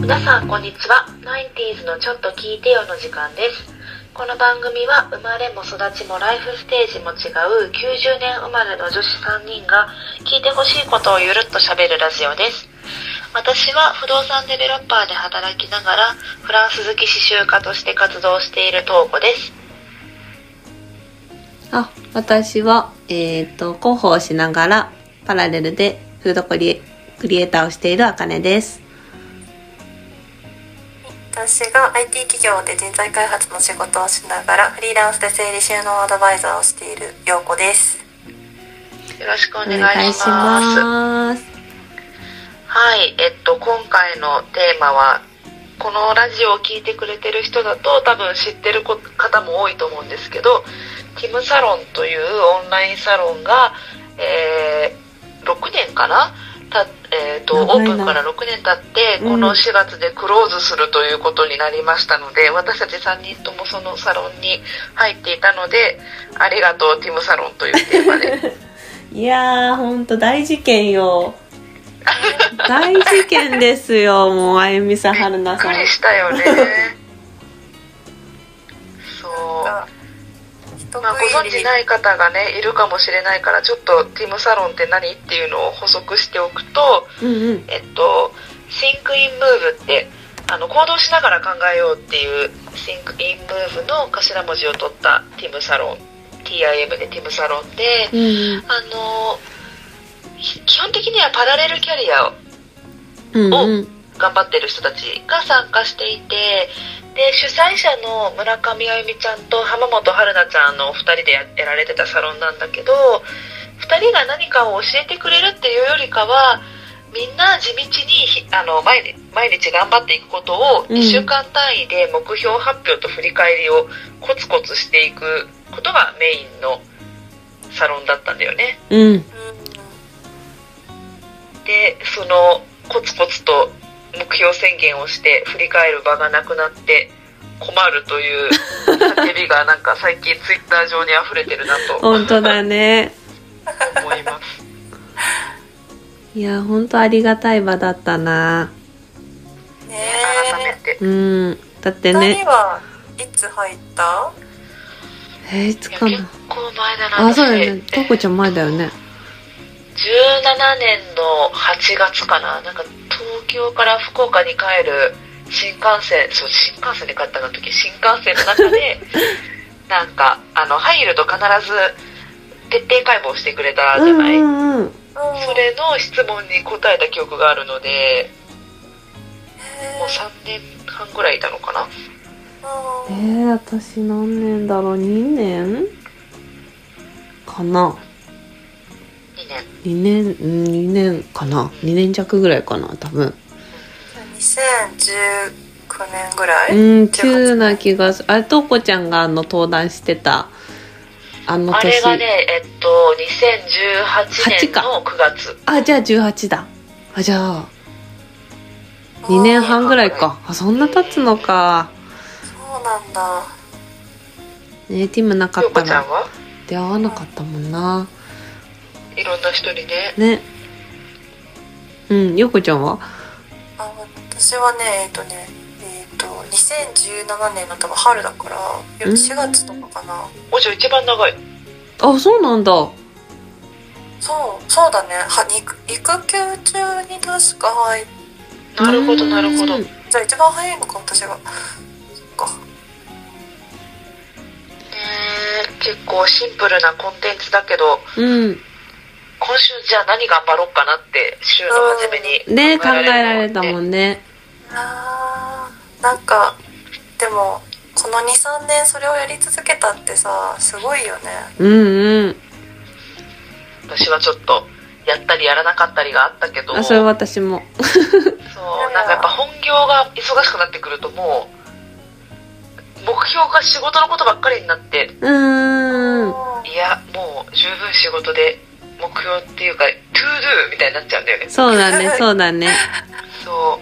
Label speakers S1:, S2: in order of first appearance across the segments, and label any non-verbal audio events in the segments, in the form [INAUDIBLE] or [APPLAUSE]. S1: 皆さんこんにちは 90s のちょっと聞いてよの時間ですこの番組は生まれも育ちもライフステージも違う90年生まれの女子3人が聞いてほしいことをゆるっと喋るラジオです私は不動産デベロッパーで働きながらフランス好き刺繍家として活動している東子です
S2: あ、私は、えっ、と、広報をしながら、パラレルでフードコリエクリエイターをしているあかねです。
S3: 私が IT 企業で人材開発の仕事をしながらフリーランスで整理収納アドバイザーをしている陽子です
S1: よろしくお
S2: お
S1: 願いします
S2: 願いします。
S1: はい、えっと、今回のテーマは、このラジオを聞いてくれてる人だと多分知ってるこ方も多いと思うんですけど、ティムサロンというオンラインサロンが、えー6年かなた、えーと、オ
S2: 長い
S1: ー
S2: な
S1: プンから6年経って、
S2: うん
S1: この4月でクローズするということになりましたので、私たち3人ともそのサロンに入っていたので、ありがとう、ティムサロンというテーマで。
S2: いやー、ほんと大事件よ。
S1: [LAUGHS]
S2: 大事件ですよ、もう、あゆみさん、はる
S1: びっ
S2: なさ
S1: く
S2: ん。
S1: りしたよねそう
S3: 人
S1: まあ、ご存知ない方がねいるかもしれないからちょっとティムサロンって何っていうのを補足しておくと
S2: うんうん。
S1: えっと Think in Move ってあの行動しながら考えようっていう Think in Move の頭文字を取ったティムサロン TIM でティムサロンで
S2: うんうん
S1: あのひ基本的にはパラレルキャリアを
S2: うん
S1: お
S2: うん
S1: 頑張ってる人たちが参加していてで主催者の村上あゆみちゃんと浜本春菜ちゃんのお二人でややられてたサロンなんだけど二人が何かを教えてくれるっていうよりかはみんな地道にひあの毎日毎日頑張っていくことを
S2: うん
S1: 1週間単位で目標発表と振り返りをコツコツしていくことがメインのサロンだったんだよね。
S2: うん
S1: でそのコツコツと目標宣言をして振り返る場がなくなって困るという叫びがなん
S2: [LAUGHS]
S1: か最近ツイッター上に溢れてるなと
S2: 本当だね。
S1: 思います
S2: いや、ほんとありがたい場だったな。
S3: うんね
S1: 改め
S3: え
S1: て
S2: うん。だって
S3: 二
S2: ね
S3: 人、はいつ入った
S2: えーいつ
S1: いや
S2: か
S1: 結
S2: な。
S1: 構前だな
S2: あ、そうだよ
S1: 私
S2: ね。とうこちゃん前だよね。
S1: 17年の8月かななんか東京から福岡に帰る新幹線そう新幹線で帰ったの時新幹線の中
S2: [LAUGHS]
S1: でなんかあの入ると必ず徹底解剖してくれたじゃない、
S2: うんうんうん。
S3: そ
S1: それの質問に答えた記憶があるのでもう3年半ぐらいいたのかな
S2: えー、私何年だろう2年かな
S1: 2年
S2: 2年うん2年かな2年弱ぐらいかな多分
S3: 2019年ぐら
S2: う
S3: い
S2: ん急な気がするあれとうこちゃんがあの登壇してたあの
S1: あれ
S2: 年
S1: がねえっと2018年の9月
S2: あじゃあ18だあじゃあ2年半ぐらいかあそんな経つのか
S3: そうなんだ
S2: ねティムなか
S1: 京
S2: っ
S1: 子
S2: た
S1: ちゃん
S2: ら
S1: は
S2: 出会わなかったもんない
S1: ろんな人にね
S2: ねうんよこちゃんは
S3: あ私はねえっ、とねえっ、と2017年の多分春だから
S2: うん
S3: 4月とかかな、
S1: おじゃ一番長い
S2: あそうなんだ
S3: そうそうだねは育育休中に確か入っ
S1: なるほどなるほど
S2: うん
S3: じゃあ一番早いのか私がそっか
S1: ねえ結構シンプルなコンテンツだけど
S2: うん
S1: 今週じゃあ何頑張ろうかなって週の初めに
S2: ね考えられた
S1: ん
S2: もんね
S3: あーなんかでもこの23年それをやり続けたってさすごいよね
S2: うんうん
S1: 私はちょっとやったりやらなかったりがあったけど
S2: あそれ私も
S1: そうなんかやっぱ本業が忙しくなってくるともう目標が仕事のことばっかりになって
S2: うーん
S3: う
S1: いやもう十分仕事で目標っていうかトゥードゥみたいになっちゃうんだよね
S2: そうだ
S1: [LAUGHS]
S2: ねそうだね
S1: そ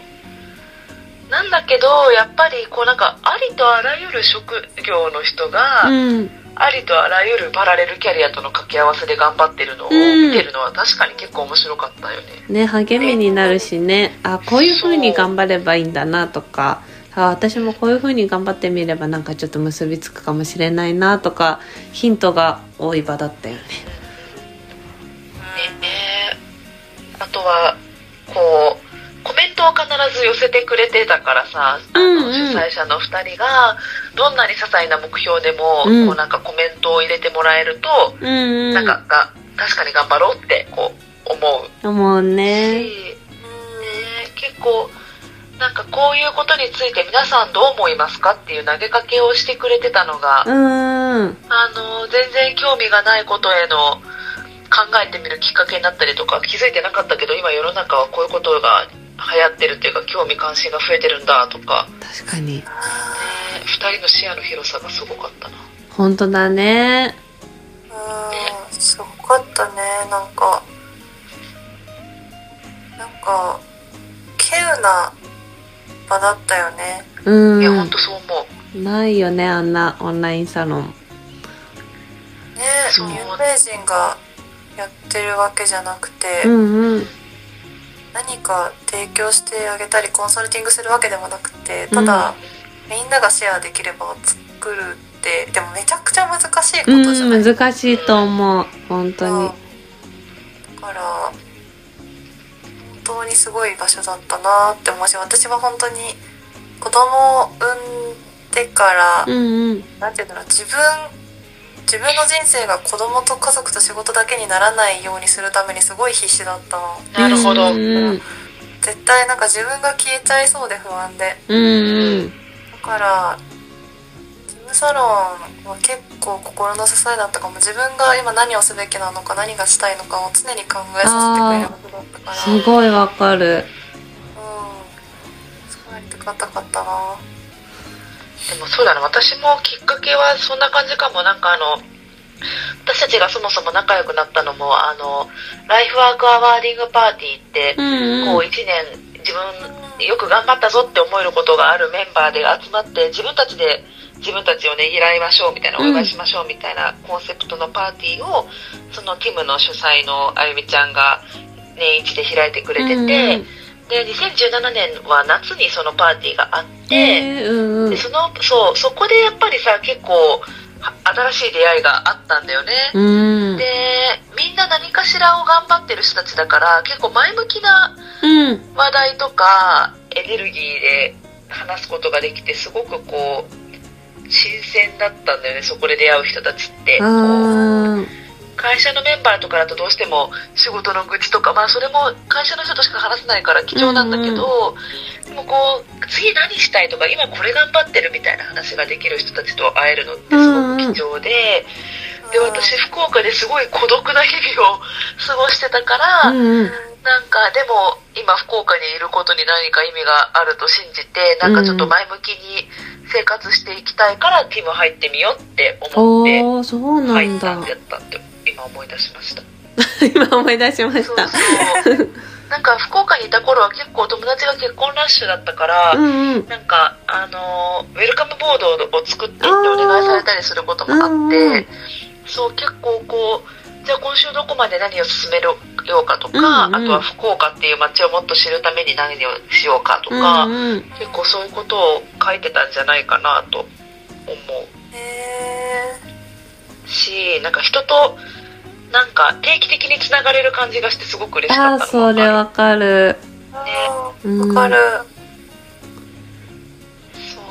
S1: うなんだけどやっぱりこうなんかありとあらゆる職業の人が、
S2: うん
S1: あありとあらゆるパラレルキャリアとの掛け合わせで頑張ってるのを
S2: うん
S1: 見てるのは確かに結構面白かったよね。
S2: ね励みになるしねあこういう風に頑張ればいいんだなとかあ私もこういう風に頑張ってみればなんかちょっと結びつくかもしれないなとかヒントが多い場だったよね。
S1: ねあとはこうコメントを必ず寄せてくれてたからさ、あの
S2: うんうん
S1: 主催者の2人がどんなに些細な目標でも、
S2: うん
S1: こうなんかコメントを入れてもらえると、
S2: うん、うん、
S1: なんかが確かに頑張ろうってこう思う
S2: 思う
S1: し、
S2: ね。
S1: ね結構なんかこういうことについて皆さんどう思いますかっていう投げかけをしてくれてたのが、
S2: うん
S1: あの全然興味がないことへの考えてみるきっかけになったりとか気づいてなかったけど今世の中はこういうことが流行ってるっていうか興味関心が増えてるんだとか、
S2: 確かに
S1: ね、2人の視野の広さがすごかったな
S2: 本当だね。
S3: うんすごかったねなんかなんか稀有な場だったよね
S2: う
S1: いや本
S2: ん
S1: 当そう思う
S2: ないよねあんなオンラインサロン。
S3: ね
S1: そう
S3: 有名人がやってるわけじゃなくて、
S2: うんうん
S3: 何か提供してあげたりコンサルティングするわけでもなくてただ、みんながシェアできれば作るってでもめちゃくちゃ難しいことじゃな
S2: う
S3: い
S2: ん難しいと思う本当に。
S3: うんだから本当にすごい場所だったなって思うし私は本当に子供を産んでから、
S2: うんうん
S3: なんていうんだろう自分自分の人生が子供と家族と仕事だけにならないようにするためにすごい必死だった
S1: な
S3: の
S1: るほど
S2: うんうん
S3: 絶対なんか自分が消えちゃいそうで不安で
S2: うんうん
S3: だからジムサロンは結構心の支えだったかも自分が今何をすべきなのか何がしたいのかを常に考えさせてくれることだったから
S2: すごいわかる。
S3: うんすごいありがたかったな
S1: でもそうだな私もきっかけはそんな感じかもなんかあの私たちがそもそも仲良くなったのもあのライフワークアワーディングパーティーって
S2: うん
S1: こう
S2: う
S1: 1年自分よく頑張ったぞって思えることがあるメンバーで集まって自分たちで自分たちをねぎらいましょうみたいなお
S2: うん
S1: 祝いしましょうみたいなコンセプトのパーティーをそのティムの主催のあゆみちゃんが年一で開いてくれてて、
S2: ん。
S1: で2017年は夏にそのパーティーがあって、
S2: えーうんうん
S1: でそのそうそこでやっぱりさ結構は新しい出会いがあったんだよね。
S2: うん
S1: でみんな何かしらを頑張ってる人たちだから結構前向きな
S2: うん
S1: 話題とかエネルギーで話すことができてすごくこう新鮮だったんだよねそこで出会う人たちってこう
S2: あ
S1: 会社のメンバーとかだとどうしても仕事の愚痴とかまあそれも会社の人としか話せないから貴重なんだけど、でもこう次何したいとか今これ頑張ってるみたいな話ができる人たちと会えるのってすごく貴重で,、で私福岡ですごい孤独な日々を過ごしてたから、
S2: ーうんうん
S1: なんかでも今福岡にいることに何か意味があると信じてなんかちょっと前向きに生活していきたいからティム入ってみようって思って
S2: おーそうな
S1: 入
S2: ん
S1: った
S2: だ
S1: んだったって今思い出しました
S2: 今思い出しまし
S1: そう
S2: た
S1: そうなんか福岡にいた頃は結構友達が結婚ラッシュだったから、
S2: うんうん
S1: なんかあのーウェルカムボードを作ってってお願いされたりすることもあ
S2: あーう
S1: っ
S2: んうん
S1: てそう結構こうじゃあ今週どこまで何を進めようかとか、
S2: うんうん
S1: あとは福岡っていう街をもっと知るために何をしようかと
S2: う
S1: か、
S2: んうん
S1: 結構そういうことを書いてたんじゃないかなと思
S3: へ
S1: うしなんか人となんか定期的につながれる感じがしてすごく嬉しか
S2: あ
S1: っ
S2: ー
S1: たの
S2: それわかる
S3: ーあー
S2: うん
S3: わかる
S1: そう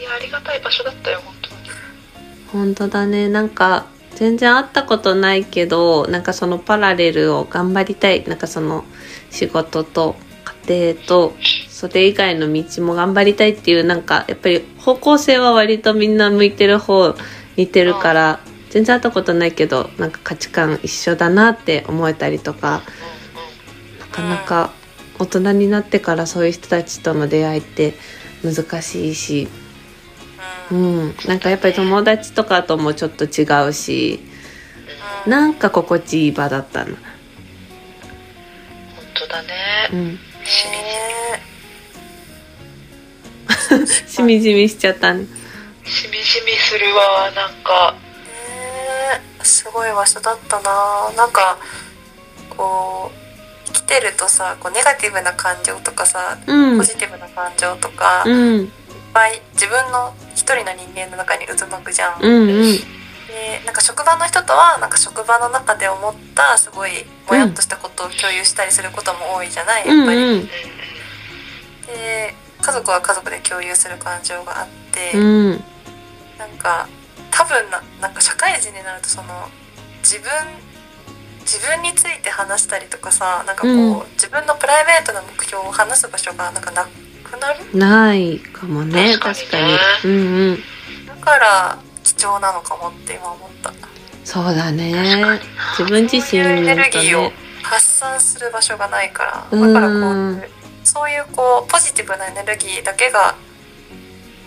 S1: いやありがたい場所だったよ本当に
S2: 本当だねなんか全然会ったことないけどなんかそのパラレルを頑張りたいなんかその仕事と家庭とそれ以外の道も頑張りたいっていうなんかやっぱり方向性は割とみんな向いてる方似てるから全然会ったことないけどなんか価値観一緒だなって思えたりとか
S1: うんうん
S2: なかなか大人になってからそういう人たちとの出会いって難しいし
S3: う
S2: うん
S3: うん
S2: ん、なんかやっぱり友達とかともちょっと違うしなんか心地いい場だったの、
S1: 本当だね
S2: うん、
S1: しみじ
S3: ね
S2: しみじみしちゃったね
S1: みしみじみするわなんか
S3: ねすごい場所だったななんかこう生きてるとさこうネガティブな感情とかさ
S2: うん
S3: ポジティブな感情とか、いっ
S2: うん
S3: ぱい自分の一人の人間の中に渦巻くじゃん。
S2: うんうん
S3: でなんか職場の人とはなんか職場の中で思ったすごいもやっとしたことを共有したりすることも多いじゃないやっぱり。
S2: うん
S3: で家族は家族で共有する感情があって、
S2: うん
S3: なんか多分ななんか社会人になるとその自分自分について話したりとかさなんかこう、
S2: うん
S3: 自分のプライベートな目標を話す場所がなんかなくなる
S2: ないかもね確
S1: 確
S2: か
S1: か
S2: に
S1: にね
S2: うんうん
S3: だから貴重なのかもって今思った
S2: そうだ
S1: 確か
S2: ね
S1: に
S2: 自分自身
S3: そういうエネル
S2: と
S3: ギーを
S2: ね
S3: 発散する場所がないから
S2: うん
S3: だからこういうそういうこうポジティブなエネルギーだけが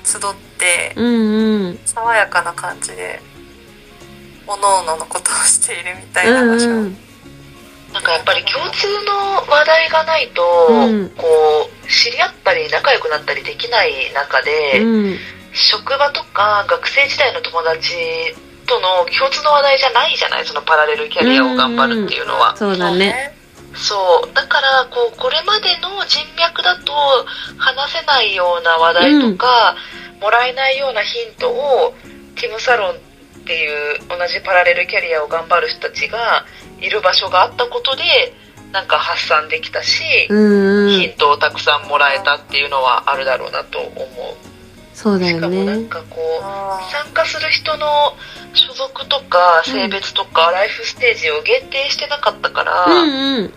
S3: 集って
S2: うんうん
S3: 爽やかな感じで各々のことをしているみたいうなん場所、
S2: うん
S1: なんかやっぱり共通の話題がないと、
S2: うん
S1: こう知り合ったり仲良くなったりできない中で、
S2: うん
S1: 職場とか学生時代の友達との共通の話題じゃないじゃないそのパラレルキャリアを頑張るっていうのは、
S2: そうだね
S1: そうだからこうこれまでの人脈だと話せないような話題とか、もらえないようなヒントをティム・サロンっていう同じパラレルキャリアを頑張る人たちがいる場所があったことでなんか発散できたし、
S2: うんう
S1: ヒ
S2: ん
S1: ントをたくさんもらえたっていうのはあるだろうなと思
S2: そう
S1: う。
S2: だ
S1: しか
S2: よ
S1: もなん
S2: ね
S1: かこう
S3: あー
S1: 参加する人の所属とか性別とかライフステージを限定してなかったから、
S2: うんうん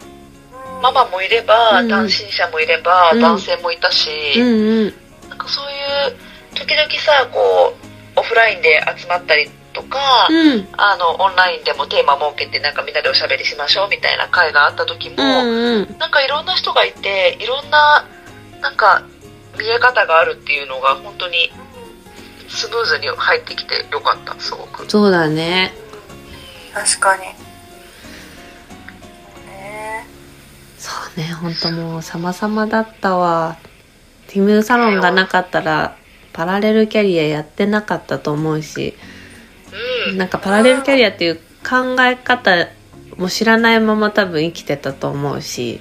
S1: ママもいれば、
S2: うん
S1: 単身者もいれば、
S2: うん
S1: 男性もいたし、
S2: うんうん
S1: なんかそういう時々さこうオフラインで集まったりとか、
S2: うん
S1: あのオンラインでもテーマ設けてなんかみんなでおしゃべりしましょうみたいな会があった時も、
S2: うんうん
S1: なんかいろんな人がいていろんななんか見え方があるっていうのが本当にスムーズに入ってきてよかったすごく。
S2: そうだね
S3: 確かにそうね
S2: そうね、ほんともう様々だったわ。ティムサロンがなかったら、パラレルキャリアやってなかったと思うし、
S1: うん
S2: なんかパラレルキャリアっていう考え方も知らないまま多分生きてたと思うし、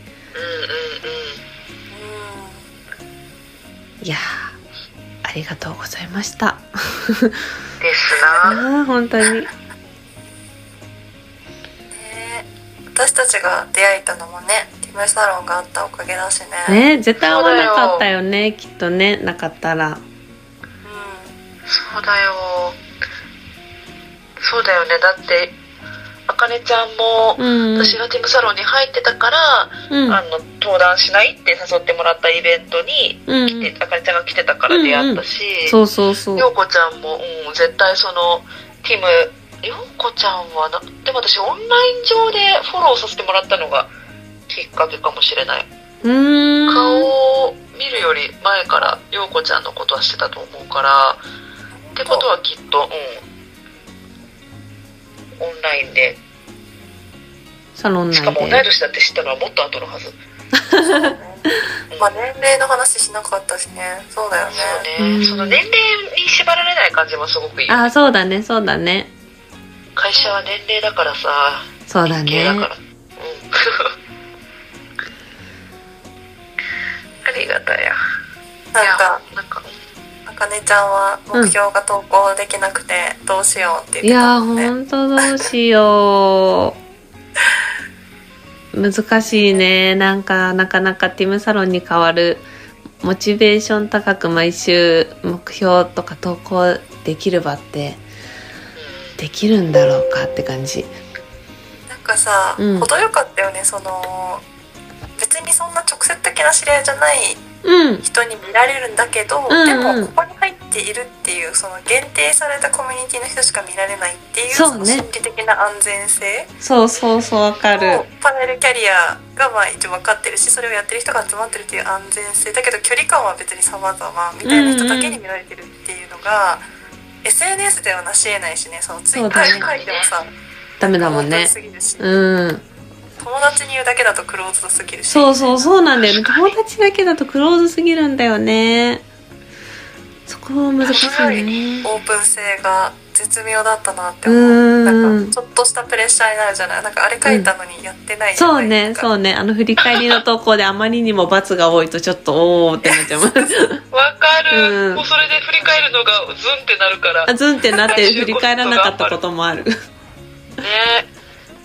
S1: う
S3: う
S2: いやー、ありがとうございました。
S1: んうんです
S2: あ
S1: な。
S2: ー本当に。
S3: んね私たちが出会えたのもねティムサロンがあったおかげだしね
S2: ね、絶対会わなかったよね、きっとね、なかったら。
S3: う
S1: そうだよそうだよねだってあかねちゃんも
S2: うん。
S1: 私がティムサロンに入ってたから、
S2: うん。
S1: あの登壇しないって誘ってもらったイベントに、
S2: うん。
S1: であかねちゃんが来てたから出会ったし、
S2: そうそうそう。
S1: ようこちゃんも、うん、絶対そのティムようこちゃんはなでも私オンライン上でフォローさせてもらったのがきっかけかもしれないう
S2: ーん。
S1: 顔を見るより前から陽子ちゃんのことはしてたと思うからってことはきっと、うん、オンラインで
S2: サロン
S1: し
S2: 内
S1: かも同い
S2: で。
S1: 年だって知ったのはもっと後のはず、うん
S3: ん [LAUGHS] まあ年齢の話しなかったしねそうだよね
S1: そうね、
S2: うん
S1: その年齢に縛られない感じもすごくいい
S2: あー、そうだね、そうだね。
S1: 会社は年齢だからさ
S2: そうだ
S1: 系
S2: ね [LAUGHS]
S1: だ。から、うんありがたや
S3: なんか
S1: いやなんか
S3: あかねちゃんは目標が投稿できなくてどうしようって
S2: いや
S3: 言ってた
S2: ー、
S3: もんね、
S2: ほんとどうしよう。難しいね。なんか、なかなかティムサロンに変わる、モチベーション高く毎週目標とか投稿できる場って、できるんだろうかって感じ。
S3: なんかさ、
S2: うん
S3: 程よかったよねその別にそんな直接的な知り合いじゃない
S2: うん。
S3: 人に見られるんだけど、
S2: うん
S3: でもここに入っているっていうその限定されたコミュニティの人しか見られないっていう
S2: そう
S3: そ
S2: ね
S3: の心理的な安全性
S2: そうそうそう、わかる
S3: を。パラレルキャリアがまあ一応分かってるしそれをやってる人が集まってるっていう安全性だけど距離感は別に様々みたいな人だけに見られてるっていうのが、SNS ではなし得ないしねそのツイッタ
S2: そう
S3: ー
S2: だ
S1: ね
S3: でもさ、
S2: ダメだもん
S3: クロー
S2: ね
S3: ズすぎるし
S2: うん。
S3: 友達に言うだけだとクローズすぎるし
S2: そうそう、そうなんだよね。
S1: 確か
S2: 友
S1: に
S2: 達だけだとクローズすぎるんだよね。そこは難しいね。
S3: オープン性が絶妙だったなって思
S2: うん
S3: うなんかちょっとしたプレッシャーになるじゃないなんかあれ書いたのにやってないじゃ
S2: そ
S3: な
S2: う
S3: い
S2: ね、
S3: う
S2: そうね。あの振り返りの投稿であまりにも罰が多いとちょっとおーってなっちゃいます。
S1: [LAUGHS] わかる、
S2: うん
S1: もうそれで振り返るのがズンってなるから
S2: あズンってなって振り返らなかったこともある。
S1: ね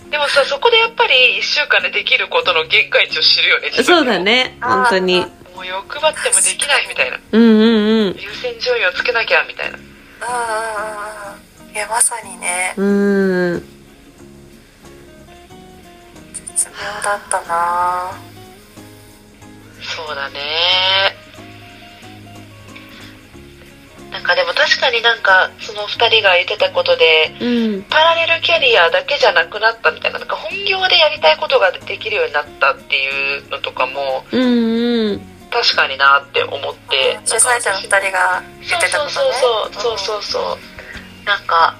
S1: でもさそこでやっぱり1週間でできることの限界値を知るよね自
S2: そう
S1: 分でも
S2: だね、本当に。
S1: もう欲張ってもできないみたいな
S2: うんうん
S1: 優先順位をつけなきゃみたいな
S3: ああいやまさにね
S2: うん。うん。
S3: 絶妙だったな
S1: そうだね
S4: なんかでも確かになんかその2人が言ってたことで
S2: うん。
S4: パラレルキャリアだけじゃなくなったみたいななんか本業でやりたいことができるようになったっていうのとかも
S2: うんうん。
S4: 確かになって思って
S3: 主催者の2人が言ってたことね
S4: そうそうそうそうそうそうなんか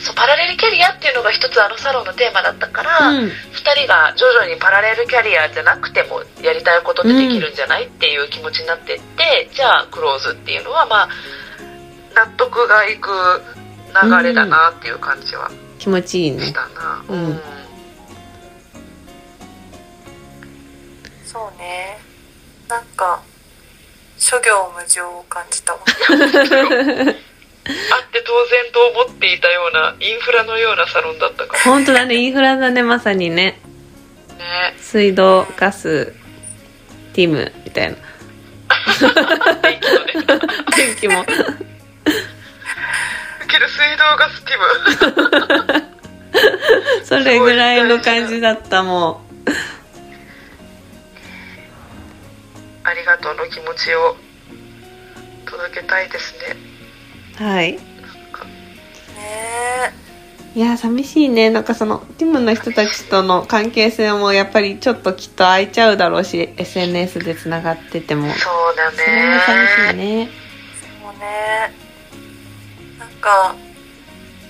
S4: そうパラレルキャリアっていうのが一つあのサロンのテーマだったから、
S2: うん。
S4: 2人が徐々にパラレルキャリアじゃなくてもやりたいことってできるんじゃない、っていう気持ちになってってじゃあクローズっていうのはまあ納得がいく流れだなっていう感じは
S2: 気持ちいい
S4: し
S2: ね。
S4: たな、
S2: うん
S4: う
S3: そうねなんか諸行無常を感じた
S2: [LAUGHS]
S3: わ
S1: あって当然と思っていたようなインフラのようなサロンだったか
S2: 本当だね、インフラだね、まさにね。
S1: らね
S2: 水道、ガス、ティム、みたいな。
S1: 電気のね
S2: 天気も。
S1: 受ける水道ガスティム
S2: [LAUGHS] それぐらいの感じだった、も
S1: ありがとうの気持ちを届けたいですね
S2: う。はい。
S3: ね
S2: いや寂しいねなんかそのティムの人たちとの関係性もやっぱりちょっときっと空いちゃうだろうし SNS でつながってても
S1: そうだ
S2: それも寂しいね
S3: もうねなんか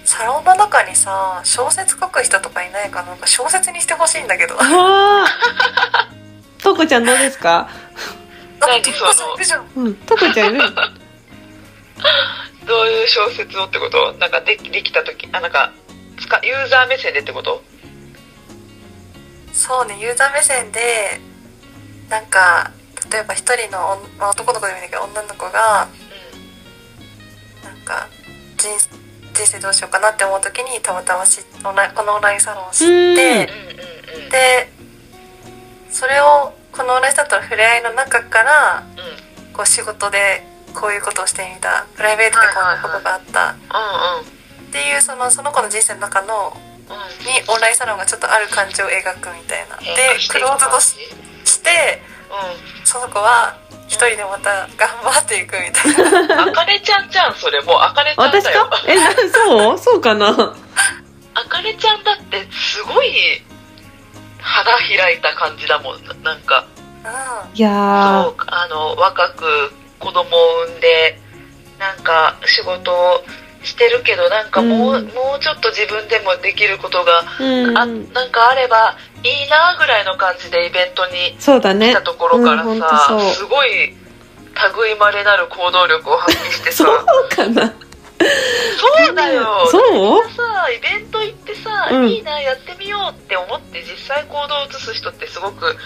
S3: サロンの中にさ小説書く人とかいないかななんか小説にしてほしいんだけどあ
S2: あーとこちゃんどうですか
S1: 何
S3: トップ
S1: その
S3: さんいるじゃん
S2: うんとこちゃんいる
S1: どういう小説をってことなんかできできた時あなんかつかユーザー目線でってこと
S3: そうねユーザー目線でなんか例えば一人の女、まあ男の子でもいいんだけど女の子がなんか人人生どうしようかなって思う時にたまたましオンラインこのオンラインサロンを知って
S1: うんうんうんうん
S3: でそれをこのオンラインサロンとの触れ合いの中から
S1: うんうん
S3: こう仕事でこういうことをしてみたプライベートでこういうことがあったっていうそのその子の人生の中の
S1: うんうん
S3: にオンラインサロンがちょっとある感じを描くみたいな。で
S1: 変化して
S3: ク
S1: いく
S3: ローズド
S1: 感
S3: し
S1: じ
S3: してその子は一人でまた頑張っていくみたいな。
S1: うんあかねちゃんじゃんそれもうあかねちゃん
S2: 私
S1: だよ
S2: かえなそうそうかな
S1: あかねちゃんだってすごい花開いた感じだもんななんか [LAUGHS]
S3: う
S2: いや
S1: そうあの若く子供を産んでなんか仕事をしてるけどなんかもう,、
S2: うん
S1: もうちょっと自分でもできることが、
S2: ー
S1: あ
S2: うん
S1: なんかあればいいなぐらいの感じでイベントに
S2: そうだ
S1: 来
S2: ね
S1: たところから
S2: うん
S1: さ、
S2: ほんとそう
S1: すごい類まれなる行動力を発揮してさ
S2: そうかな
S1: そうだよ
S2: そう
S1: さイベント行ってさ、
S2: うん
S1: いいなやってみようって思って実際行動を移す人ってすごく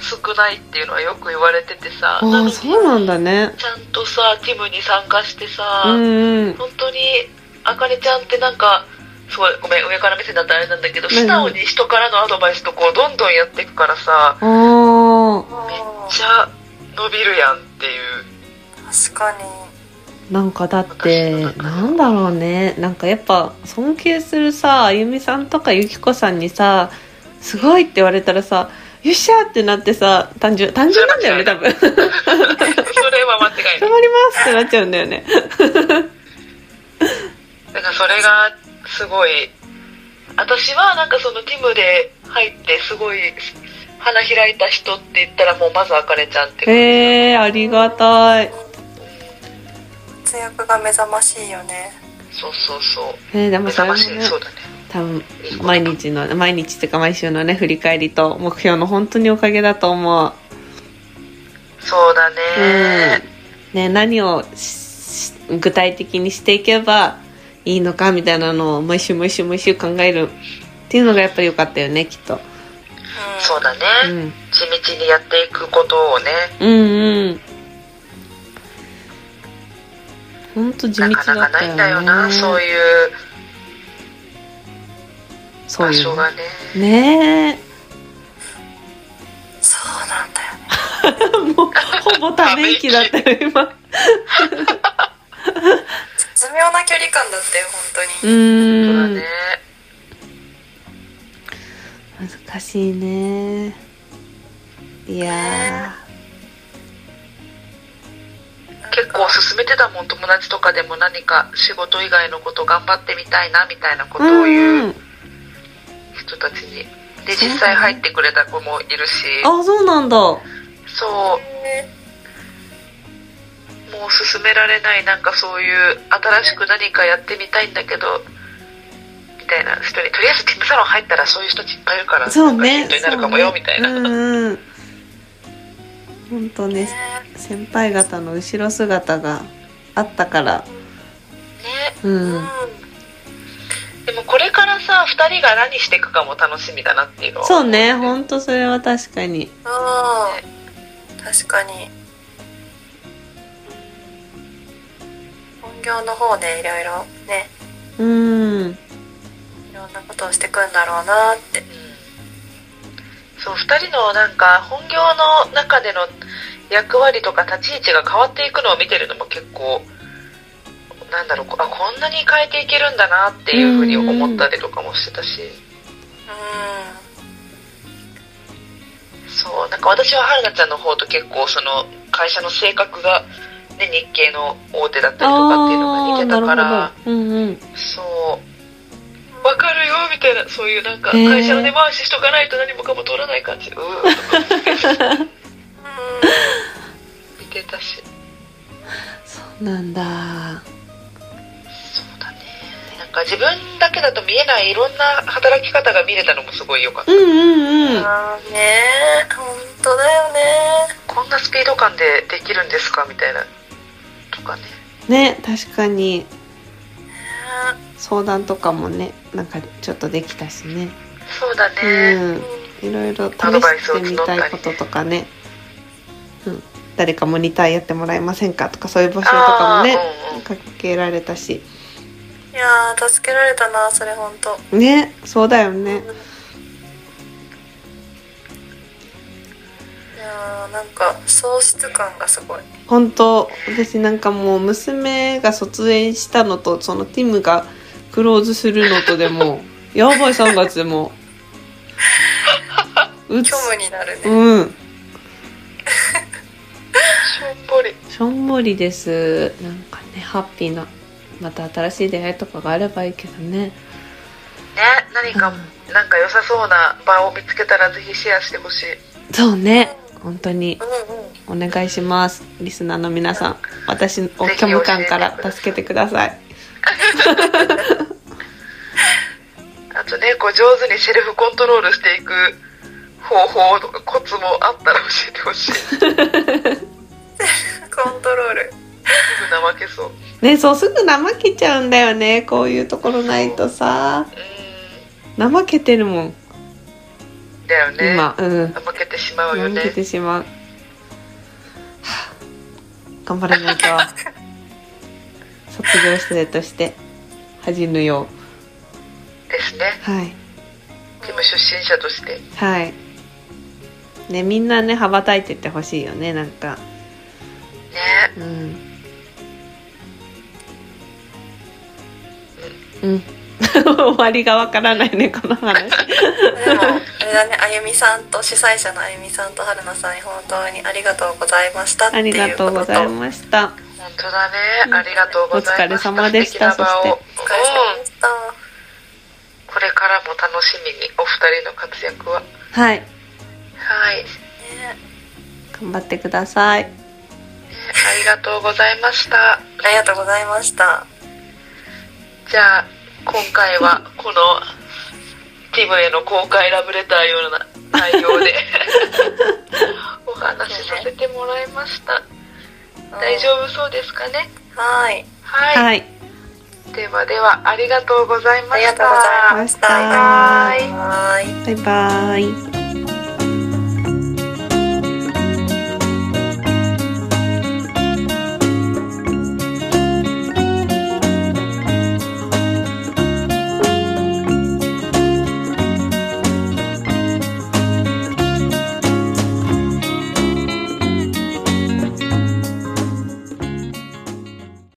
S1: 少ないっていうのはよく言われててさ
S2: あ
S1: なの
S2: ー
S1: に
S2: そうなんだね
S1: ちゃんとさティムに参加してさ、
S2: うんうん
S1: 本当にあかねちゃんってなんかすごいごめん上から目線だったらあれなんだけど
S2: うん
S1: 素直に人からのアドバイスとこうどんどんやっていくからさ
S2: あ
S3: んうん
S1: じゃあ伸びるやんっていう
S3: 確かに。
S2: ーなんかだってなんだろうねなんかやっぱ尊敬するさあゆみさんとかゆきこさんにさすごいって言われたらさよっしゃーってなってさ単純単純なんだよね多分 [LAUGHS] 頑
S1: それは間違いない
S2: [LAUGHS] 張りますってなっちゃうんだよね
S1: だからそれがすごい私はなんかそのティムで入ってすごい花開いた人って言ったらもうまずあかねちゃんっていう
S2: えー、ありがたい
S3: 活躍が目覚ましいよね。
S1: そうそうそう
S2: えー、でも
S1: 目
S2: そ
S1: 覚
S2: れも
S1: ま
S2: ね
S1: しいそうだね
S2: 多分毎日の毎日っていうか毎週のね振り返りと目標の本当におかげだと思う
S1: そうだね
S2: うんね、何をしし具体的にしていけばいいのかみたいなのを毎週毎週毎週考えるっていうのがやっぱり良かったよねきっと、
S1: そうだ
S2: う
S1: ね、
S2: ん、
S1: 地道にやっていくことをね
S2: うんうんほんと地道
S1: なか
S2: だ
S1: なか
S2: った
S1: ない
S2: よ
S1: ん
S2: ね
S1: だよなそういう
S2: そう
S1: 場
S2: いう
S1: 所がね
S2: ねえ
S3: そうなんだよね
S2: もうほぼため息だったよ今
S3: 絶妙な距離感だったよ本当
S2: う
S3: に、
S1: そうだ
S2: ん
S1: ね
S2: 難しいねいや
S1: 結構勧めてたもん友達とかでも何か仕事以外のこと頑張ってみたいなみたいなこ
S2: ーう
S1: とを言うん人たちにで実際入ってくれた子もいるし
S2: あそうなんだ
S1: そうもう勧められないなんかそういう新しく何かやってみたいんだけどみたいな人にとりあえずティムサロン入ったらそういう人たちいっぱいいるから
S2: そう
S1: なんかヒ
S2: ね
S1: ントになるかもよ、
S2: そうね
S1: みたいな、
S2: うんうん本当ね先輩方の後ろ姿があったから
S1: ね
S2: うん、
S1: でもこれからさ2人が何していくかも楽しみだなっていうのは
S2: そうね本当それは確かに
S3: うん確かに本業の方でいろいろね
S2: うん
S3: いろんなことをしてくんだろうなって
S1: うんそう2人のなんか本業の中での役割とか立ち位置が変わっていくのを見てるのも結構なんだろうこあこんなに変えていけるんだなっていうふうに思ったりとかもしてたし、
S3: う
S1: そうなんか私は春菜ちゃんの方と結構その会社の性格が、ね、日系の大手だったりとかっていうのが似てたから
S2: あーなるほどうんうん
S1: そうわかるよみたいなそういうなんか
S2: へー
S1: 会社の根回ししとかないと何もかも通らない感じうーんとか
S3: んうん
S1: 似てたし
S2: そうなんだ
S1: そうだねなんか自分だけだと見えないいろんな働き方が見れたのもすごい良かっ
S2: うんうんうん
S3: あーねえ本当だよね
S1: たこんなスピード感でできるんですかみたいなとかね
S2: ね確かに
S3: ね
S2: 相談とかもねなんかちょっとできたしね
S1: そうだね、
S2: うんいろいろ試
S1: アドバイス
S2: し
S1: を
S2: て
S1: 募ったり
S2: みたいこととかね、うん、誰かモニターやってもらえませんかとかそういう募集とかもね
S1: あーうんうん
S2: かけられたし
S3: いやー助けられたなそれ本当
S2: ねそうだよね
S3: いやーなんか喪失感がすごい
S2: 本当私なんかもう娘が卒園したのとそのティムがクローズするのとでも [LAUGHS] やばい3月でもうつ
S3: 虚無になるね、
S2: うん
S1: しょんぼり
S2: しょんぼりですなんかねハッピーなまた新しい出会いとかがあればいいけどね
S1: ね何か、なんか良さそうな場を見つけたらぜひシェアしてほしい
S2: そうね本当に
S3: うんうん
S2: お願いしますリスナーの皆さん私を
S1: 教えて
S2: 虚無感から助けてください
S1: あとねこう上手にセルフコントロールしていく方法とかコツもあったら教えてほしいす
S3: コントロール
S1: ぐ怠けそうう
S2: ねそうすぐ怠けちゃうんだよねこういうところないとさ
S1: ー
S2: 怠けてるもん
S1: んだよね
S2: 今うん
S1: 怠けてしまうよ
S2: 怠け
S1: ね
S2: てしまう、はあ頑張らない [LAUGHS] と卒業生として恥じぬよ
S1: ですね
S2: うはい
S1: 事務出身者として
S2: はい。ね、みんなね、羽ばたいてってほしいよね、なんか。
S1: ね
S2: うん。うん。 [LAUGHS] 終わりがわからないね、この話。
S3: でもあれだねあゆみさんと主催者のあゆみさんとはるなさんに本当にありがとうございましたって
S2: あ
S3: い
S2: り
S3: うことと
S2: がとうございました。
S1: 本当だね、
S2: うん
S1: ありがとうございました
S2: お疲れ様でした
S1: 素敵な場を
S2: そして
S3: お疲れ様でした、
S1: うんこれからも楽しみにお二人の活躍はは
S2: はい。
S1: い、ね、
S3: ね
S2: 頑張ってください。
S1: ありがとうございました
S3: ありがとうございました
S1: じゃあ今回はこのティムへの公開ラブレターような内容 [LAUGHS] でお話しさせてもらいました大丈夫そうですかね
S3: はい。
S1: はい、
S2: はい。
S1: ではではありがとうござい
S3: あ
S1: ま
S3: り
S1: し
S3: がとうご
S1: た
S3: ざいました。
S2: バ
S3: はい。
S2: バイバイ。